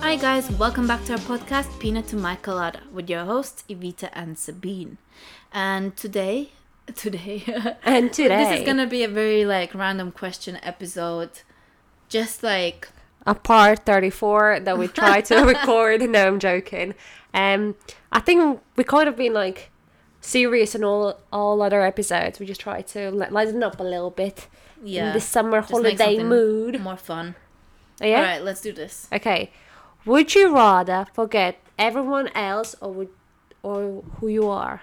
Hi guys, welcome back to our podcast Peanut to My Colada with your hosts Evita and Sabine. And today, today, And today, this is gonna be a very like random question episode. Just like a part 34 that we tried to record. No, I'm joking. Um, I think we could have been like serious in all all other episodes. We just tried to li- lighten up a little bit yeah, in the summer just make holiday something mood. more fun. Yeah. All right, let's do this. Okay. Would you rather forget everyone else or would or who you are?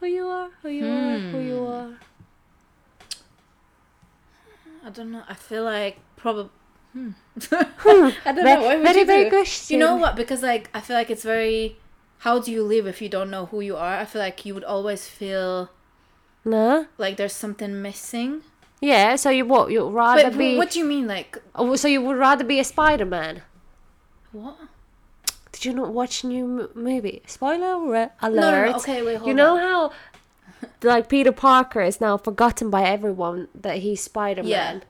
Who you are? Who you are? Who Hmm. you are? I don't know. I feel like probably. I don't Ve- know. What would Hmm. very, you very do? question. You know what? Because like I feel like it's very. How do you live if you don't know who you are? I feel like you would always feel No. like there's something missing. Yeah. So you what? You'd rather But be. what do you mean? Like Oh, so you would rather be a Spider-Man? what? Did you not watch new m- movie? Spoiler re- alert! no, no, okay, wait, hold You know how, like Peter Parker is now forgotten by everyone that he's Spider-Man.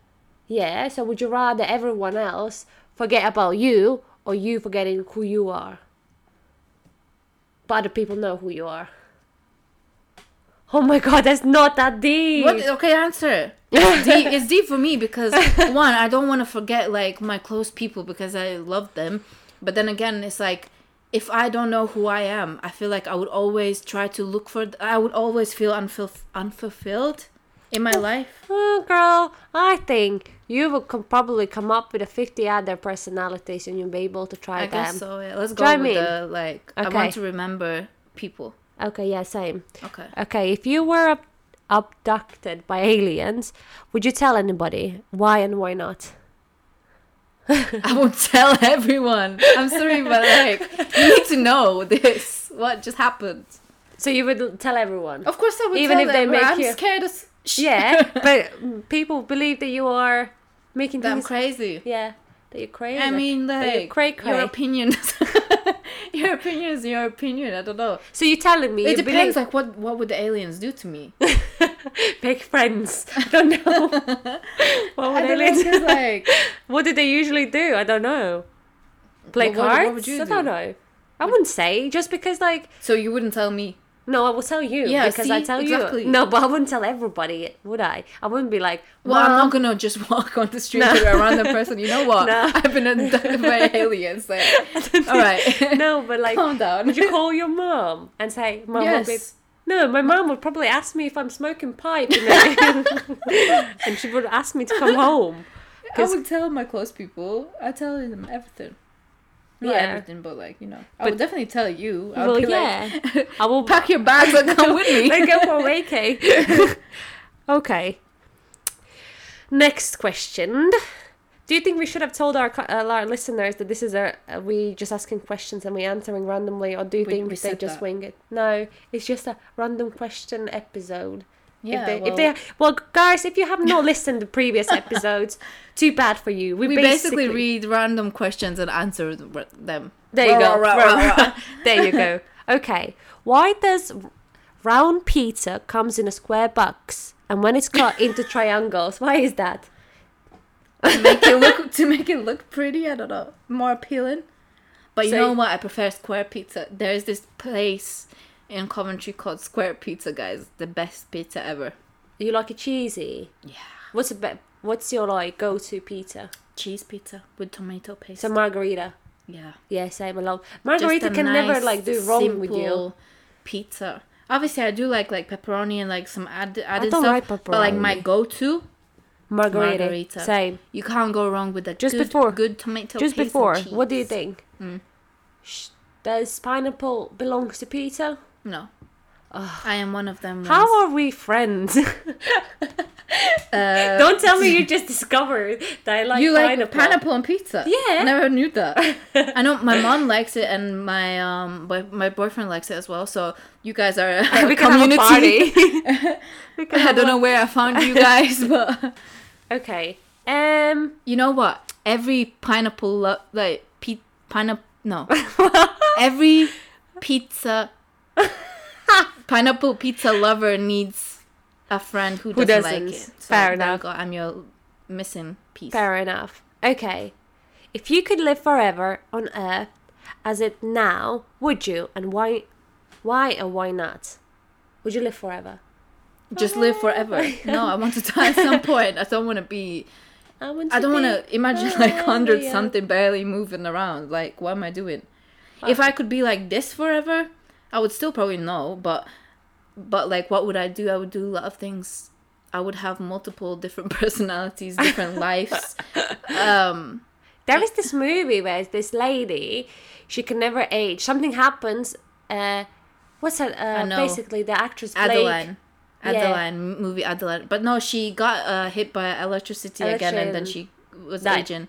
Yeah. So would you rather everyone else forget about you, or you forgetting who you are? But other people know who you are. Oh my god, that's not that deep. What? Okay, answer. It's deep, it's deep for me because one, I don't want to forget like my close people because I love them. But then again, it's like if I don't know who I am, I feel like I would always try to look for. I would always feel unfulf- unfulfilled in my life. Oh, girl, I think you will com- probably come up with a 50 other personalities and you'll be able to try I them. guess so. Yeah. Let's Do go you know with what I the like. I Okay. want to remember people. Okay, yeah, same. Okay. Okay, if you were ab- abducted by aliens, would you tell anybody? Why and why not? I won't tell everyone. I'm sorry, but like you need to know this. What just happened? So you would l- tell everyone. Of course, I would. Even tell if they them, make I'm you- scared as shit Yeah, but mm, people believe that you are making that I'm things. crazy. yeah, that you're crazy. I mean, that you're like cray your cray. opinion. your opinion is your opinion. I don't know. So you're telling me It you depends. believe- Like, what what would the aliens do to me? make friends. I don't know. what I would don't know, aliens? 'cause, like What did they usually do? I don't know. Play Well, what- what cards? would you I don't do? know. I wouldn't say just because like so you wouldn't tell me. no, I will tell you Yeah, because I see? tell Exactly. you. No, but I wouldn't tell everybody, would I? I wouldn't be like, Well, I'm "Mom, not gonna just walk on the street No. to a random person. You know what? No. I've been abducted by aliens. Like, all right, no, but like, calm down. would you call your mom and say, "Mom, I'll be-" Yes. no, my mom would probably ask me if I'm smoking pipe, you know? and she would ask me to come home. I 'Cause- would tell my close people. I tell them everything. Not Yeah. everything, but like you know, I would definitely tell you. I Well, would be yeah, like, I will pack your bags and come with me. Let's go for Reiki. okay. Next question. Do you think we should have told our, cu- uh, our listeners that this is a, uh we just asking questions and we answering randomly, or do you We- think we they said just that. wing it? No, it's just a random question episode. yeah, if they, well, if they, well, guys, if you have not listened to previous episodes, too bad for you. We, we basically, read random questions and answer th- them. There you Rah, go. rah, Rah, rah, rah. rah. there you go. Okay. Why does round pizza comes in a square box and when it's cut into triangles? Why is that? to make it look to make it look pretty. I don't know, more appealing. But you So- know what? I prefer square pizza. There is this place in Coventry called Square Pizza, guys. The best pizza ever. You like it cheesy? Yeah, What's a be- What's your like go-to pizza? cheese pizza with tomato paste. So margarita. yeah. Yeah, same. I love Just margarita. a Can never nice, like do wrong with you. simple Pizza. Obviously, I do like like pepperoni and like some add, added don't stuff. like But like my pepperoni. go-to, Margarita. margarita. Same. you can't go wrong with that. Just good, before- good tomato. Just paste and before, what do you cheese. Mm. think? Sh- Does pineapple belongs to pizza? No, I am one of them. ones. How are we friends? Uh, Don't tell me you just discovered that I like you like pineapple. pineapple. on pizza? Yeah. never knew that. I know my mom likes it, and my um, boy, my boyfriend likes it as well. So you guys are a We can have a community. party. We can I have don't a- know where I found you guys, but Okay. Um. you know what? Every pineapple, lo- like pi- pineapple, no, every pizza, pineapple pizza lover needs a a friend who, Who doesn't, like it. doesn't. Fair there you enough. go. I'm your missing piece. Fair enough. Okay. If you could live forever on Earth as it now, would you? And why why or why not? Would you live forever? Just live forever. No, I want to die at some point. I don't want to be. I, want I don't want be- to imagine like hundred yeah. something barely moving around. Like, what am I doing? If I could be like this forever, I would still probably know. But, but like, what would I do? I would do a lot of things. I would have multiple different personalities, different lives. Um, There is this movie where this lady, she can never age. Something happens. Uh, what's her? Uh, know. basically, the actress Blake. Adeline. Yeah. Adeline, m movie Adeline. But no, she got uh, hit by electricity again and then she was Died. aging.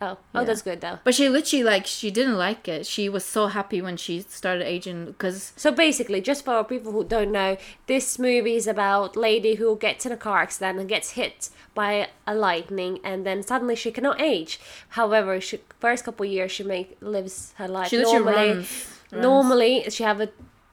Oh, oh, Yeah. that's good though. But she literally, like, she didn't like it. She was so happy when she started aging because, So basically, just for people who don't know, this movie is about lady who gets in a car accident and gets hit by a lightning, and then suddenly she cannot age. However, she first couple years she make lives her life She literally normally. runs- runs. Normally, she have a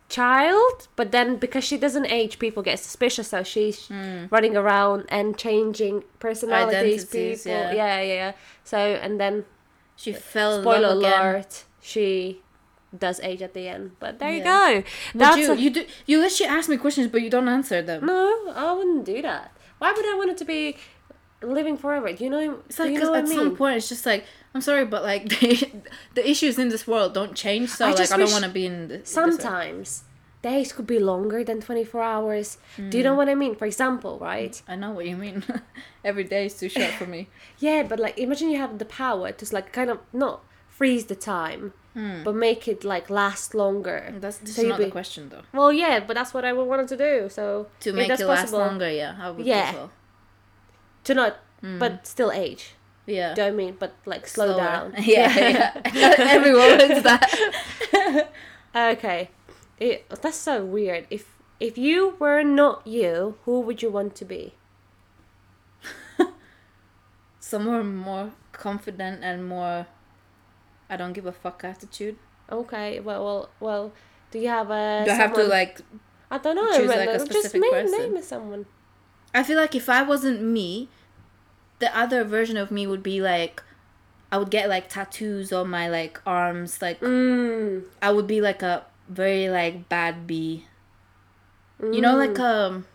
child, but then because she doesn't age, people get suspicious. So she's Hmm. running around and changing personalities, Identities, people. yeah. yeah, yeah. So and then she fell spoiler in love again. alert she does age at the end but there Yeah. you go Would that's you, a- you do you literally ask me questions but you don't answer them. no i wouldn't do that why would i want it to be living forever do you know It's do like you 'cause know what at i some mean point it's just like I'm sorry, but like the, the issues in this world don't change. So I like just I don't wish want to be in this. this world. sometimes days could be longer than 24 hours do Mm. you know what i mean for example right I know what you mean. Every day is too short for me. yeah but like imagine you have the power to like kind of not freeze the time Hmm. but make it like last longer That's this So is you'd not the be- question though. well yeah but that's what i wanted to do so To if make that's it last possible, longer, yeah, I would Yeah. as well. to not but still age Yeah. do I mean? But like slow Hmm. Slower. down. Yeah, yeah. Everyone wants that. Okay. It, that's so weird. If if you were not you, who would you want to be? Somewhere more confident and more I don't give a fuck attitude. Okay. Well, well, well. Do you have a? Do I have to someone- like I don't know. choose, like, a random- just specific name, person? name someone. I feel like if I wasn't me, the other version of me would be like I would get like tattoos on my like arms, like Mm. I would be like a very like bad bee. You know, Mm. like um,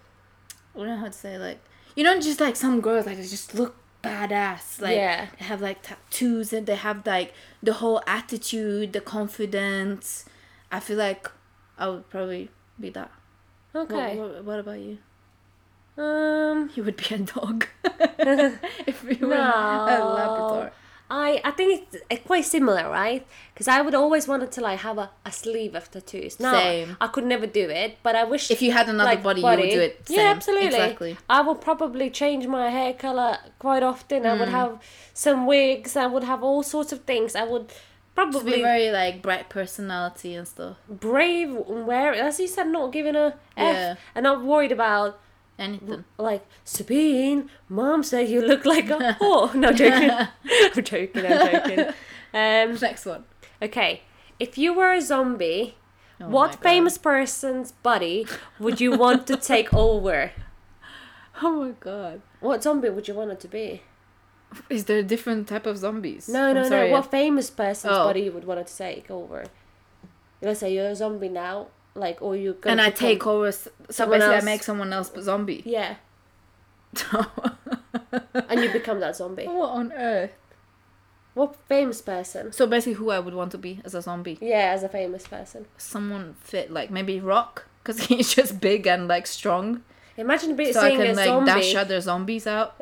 I don't know how to say like you know, just like some girls like they just look badass. Like Yeah. they have like tattoos and they have like the whole attitude, the confidence. I feel like I would probably be that. Okay. What, what, what about you? Um. You would be a dog if you were a No. Labrador. I, I think it's uh, quite similar, right? Because I would always wanted to like have a, a sleeve of tattoos. Now Same. I could never do it, but I wish If you had another like, body, you would do it. Same. Yeah, absolutely. Exactly. I would probably change my hair color quite often. I would Hmm. have some wigs. I would have all sorts of things. I would Just be probably very like bright personality and stuff. brave and wear as you said, not giving a f, Yeah. and not worried about Anything. like Sabine, mom said you look like a whore. No I'm joking. I'm joking. I'm joking. Um, Next one. okay, if you were a zombie, Oh my what God. famous person's body would you want to take over? Oh my god. What zombie would you want it to be? Is there different type of zombies? No, I'm no, sorry. no. What famous person's Oh. body you would want to take over? Let's say you're a zombie now, like, or you're gonna. And I become- take over. s- So someone basically, I else. make someone else a zombie. Yeah, what and you become that zombie. on earth? What famous person? So basically, who I would want to be as a zombie? Yeah, as a famous person. Someone fit, like maybe Rock, because he's just big and like strong. Imagine being So I seeing can a like zombie. dash other zombies out.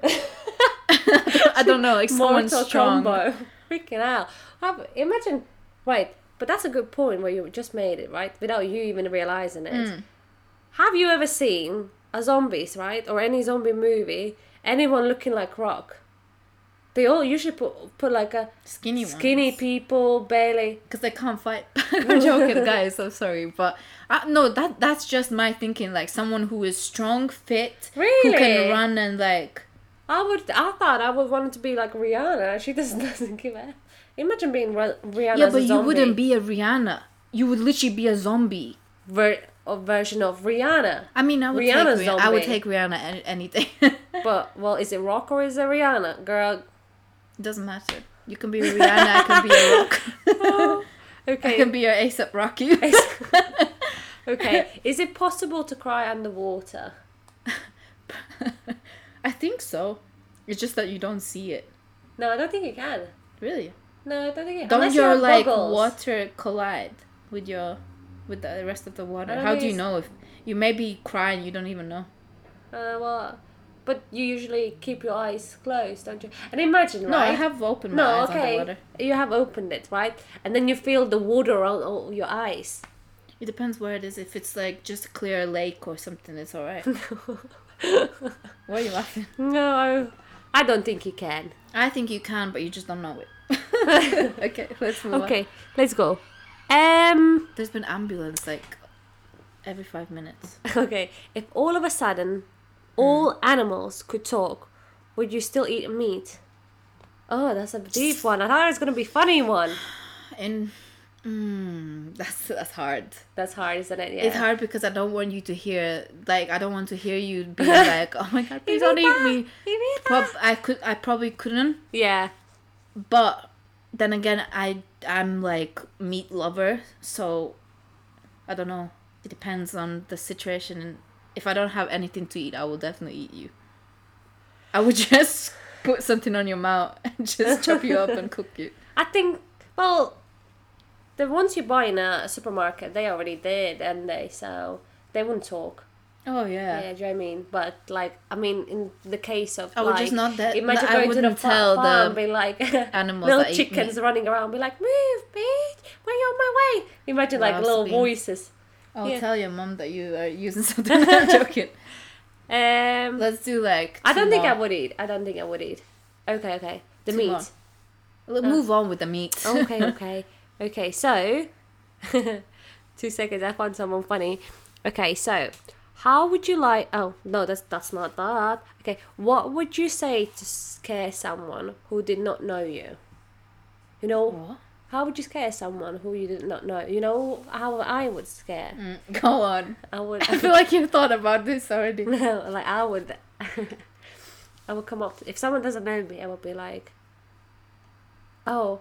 I don't know, like someone Mortal strong. combo. Freaking out. Have, imagine, right? But that's a good point where you just made it, right? Without you even realizing it. Hmm. Have you ever seen a zombies, right, or any zombie movie? Anyone looking like Rock? They all usually put put like a Skinny one. skinny people, barely. because they can't fight. I'm joking, guys. I'm sorry, but I, no, that that's just my thinking. Like someone who is strong, fit, who Really? can run and like. I would. I thought I would want to be like Rihanna. She just doesn't give a. Imagine being Ri- Rihanna. yeah, as a but you zombie. wouldn't be a Rihanna. You would literally be a zombie. Ver- a version of Rihanna. I mean, I would Rihanna's take Rihanna, I would Zombie. take Rihanna any, anything. But well, is it rock or is it Rihanna, girl? doesn't matter. You can be Rihanna. I can be a rock. I Okay. can be your ASAP Rocky. okay. Is it possible to cry underwater? I think so. It's just that you don't see it. No, I don't think you can. Really? No, I don't think you can. Don't Unless you your have like goggles. water collide with your with the rest of the I water? don't How think do you it's- know if you may be crying? You don't even know. Uh, well, but you usually keep your eyes closed, don't you? And imagine, No, I right? have opened my no, eyes okay. underwater. You have opened it, right? And then you feel the water on all your eyes. It depends where it is. If it's like just a clear lake or something, it's all right. Why are you laughing? no, I don't think you can. I think you can, but you just don't know it. okay, let's move on. Okay, let's go. Um. There's been ambulance like every five minutes. Okay, if all of a sudden Hmm. all animals could talk, would you still eat meat? Oh, that's a deep one. I thought it was gonna be funny one. And mm, that's that's hard. That's hard, isn't it? Yeah. It's hard because I don't want you to hear. Like I don't want to hear you being like, "Oh my god, please don't eat me." Prob- I could. I probably couldn't. Yeah. But then again, I I'm like meat lover, so I don't know. It depends on the situation. And if I don't have anything to eat, I will definitely eat you. I would just put something on your mouth and just chop you up and cook you. I think well, the ones you buy in a supermarket, they already did, and they so they wouldn't talk. Oh Yeah. do you know what I mean? But like, I mean, in the case of I would like, just not that- imagine I going to the wouldn't tell tell farm, the be like animals little that eat chickens running around, be like, move, bitch, why are you on my way? Imagine like Lots of little beans. voices. I'll Yeah. tell your mom that you are using something. I'm joking. Um, Let's do like. I two don't think I more. would eat. I don't think I would eat. Okay, okay, the Two meat. more. Let's move on with the meat. okay, okay, okay. So, two seconds. I found someone funny. Okay, so how would you like? Oh no, that's that's not that. Okay, what would you say to scare someone who did not know you? You know, What? how would you scare someone who you did not know? You know how I would scare. Mm, Go on. I would. I feel like you've thought about this already. No, like I would, I would come up if someone doesn't know me. I would be like, oh,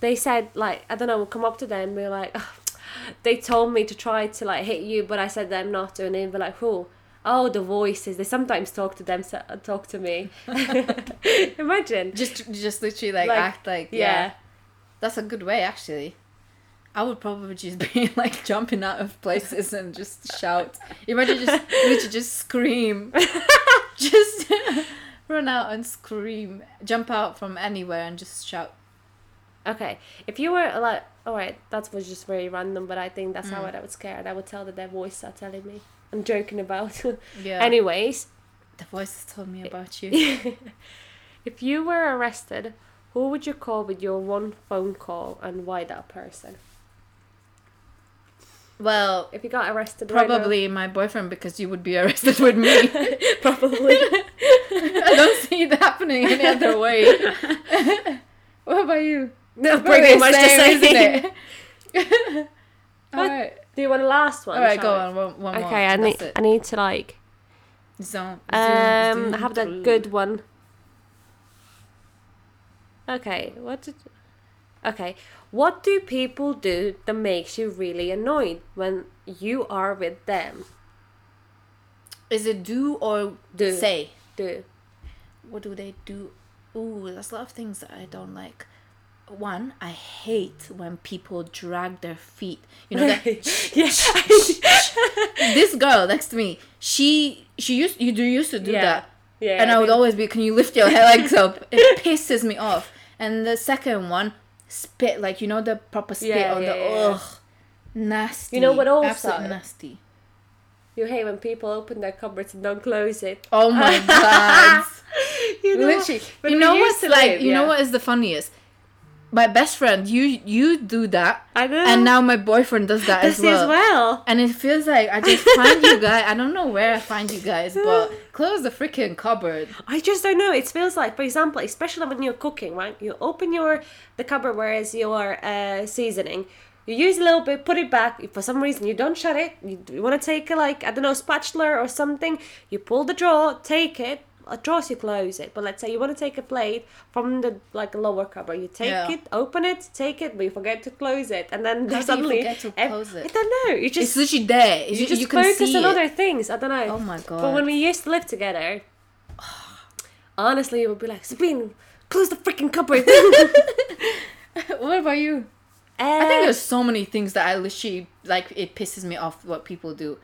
they said like I don't know. We'll come up to them and be like, "Oh." they told me to try to like hit you, but I said that I'm not, and they'd be like, who? Oh, the voices. They sometimes talk to them, so- talk to me. Imagine. Just, just literally like, Like, act like yeah. yeah. That's a good way actually. I would probably just be like jumping out of places and just shout. Imagine just literally just scream, just run out and scream, jump out from anywhere and just shout. Okay, if you were like, all right, that was just very random, but I think that's how I would scare, and I would tell that their voices are telling me. I'm joking about. Yeah. Anyways, the voices told me about you. If you were arrested, who would you call with your one phone call and why that person? Well, If you got arrested, right now- probably my boyfriend because you would be arrested with me. probably. I don't see it happening any other way. what about you? no, Very pretty much the same. isn't it? All right, Do you want a last one? all right, go Charlotte? on. One, one more. Okay, I need That's it. I need to like Zone. um have that good one. Okay, what did? Okay, what do people do that makes you really annoyed when you are with them? Is it do or Do. say? Do What do they do? Ooh, there's a lot of things that I don't like. One, I hate when people drag their feet. You know that this girl next to me, she she used you do used to do Yeah. that. yeah, and I would think- always be, can you lift your legs up? It pisses me off. And the second one, spit like you know the proper spit Yeah, on yeah, the yeah. ugh, nasty. You know what also- Absolute nasty. You hate when people open their cupboards and don't close it. Oh my god! You Literally, when you we know used what's to like? live, you know yeah. what is the funniest? My best friend, you you do that, I know. and now my boyfriend does that this as well. as well. And it feels like I just find you guys. I don't know where I find you guys, but close the freaking cupboard. I just don't know. It feels like, for example, especially when you're cooking, right? You open your the cupboard where is your uh, seasoning. You use a little bit, put it back. If for some reason you don't shut it, you, you want to take a like I don't know spatula or something. You pull the drawer, take it. A drawer, you close it. But let's say you want to take a plate from the like lower cupboard. You take Yeah. it, open it, take it, but you forget to close it, and then do you suddenly forget to ev- close it? I don't know. You just it's literally there. you, You, just you can focus see on it. other things. I don't know. Oh my god. But when we used to live together, honestly, it would be like Sabine, close the freaking cupboard. what about you? I think there's so many things that I literally like. It pisses me off what people do,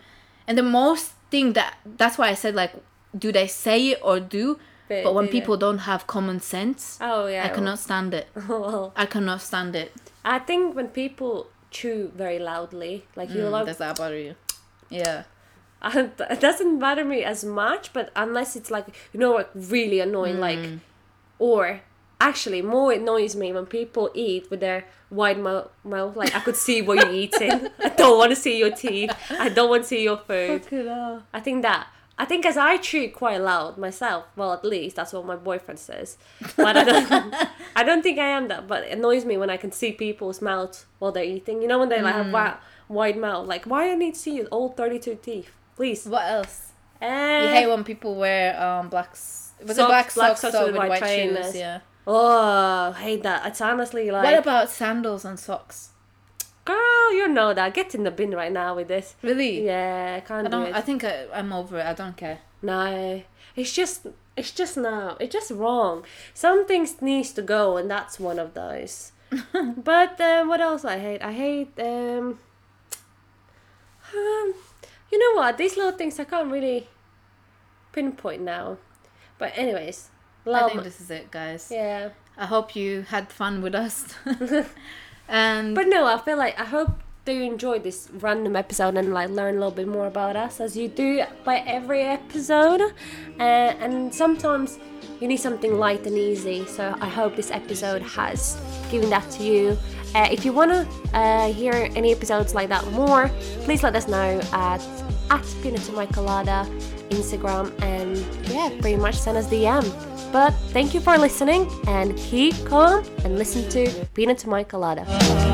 and the most thing that that's why I said like, do they say it or do? They- but when they people don't have common sense, Oh yeah. I cannot stand it. Well, I cannot stand it. I think when people chew very loudly, like you Mm, love, does that bother you? Yeah. it doesn't bother me as much. But unless it's like you know what, really annoying, Mm. like, or actually more annoys me when people eat with their wide mou- mouth. Like I could see what you're eating. I don't want to see your teeth. I don't want to see your food. I think that I think as I chew quite loud myself. Well, at least that's what my boyfriend says. But I don't, I don't think I am that. But it annoys me when I can see people's mouths while they're eating. You know when they like Mm. have wide, wide mouth. Like why I need to see all thirty two teeth, please. What else? Eh, You hate when people wear um black s- was it Socks- black black socks, or with white, shoes? trainers. Yeah. oh, hate that. It's honestly like, what about sandals and socks? girl, you know that. Get in the bin right now with this. Really? Yeah, I can't I do don't. it. I think I, I'm over it. I don't care. No, it's just it's just no, it's just wrong. Some things needs to go, and that's one of those. but um, what else I hate? I hate um, um, you know what? These little things I can't really pinpoint now. But anyways, I love. think this is it, guys. yeah, I hope you had fun with us. and but no, I feel like I hope that you enjoyed this random episode and like learn a little bit more about us as you do by every episode. Uh, and sometimes you need something light and easy. So I hope this episode has given that to you. Uh, if you want to uh, hear any episodes like that more, please let us know at at Pinata Michaelada Instagram and yeah, pretty much send us DM. But thank you for listening and keep calm and listen to Pina to My Colada.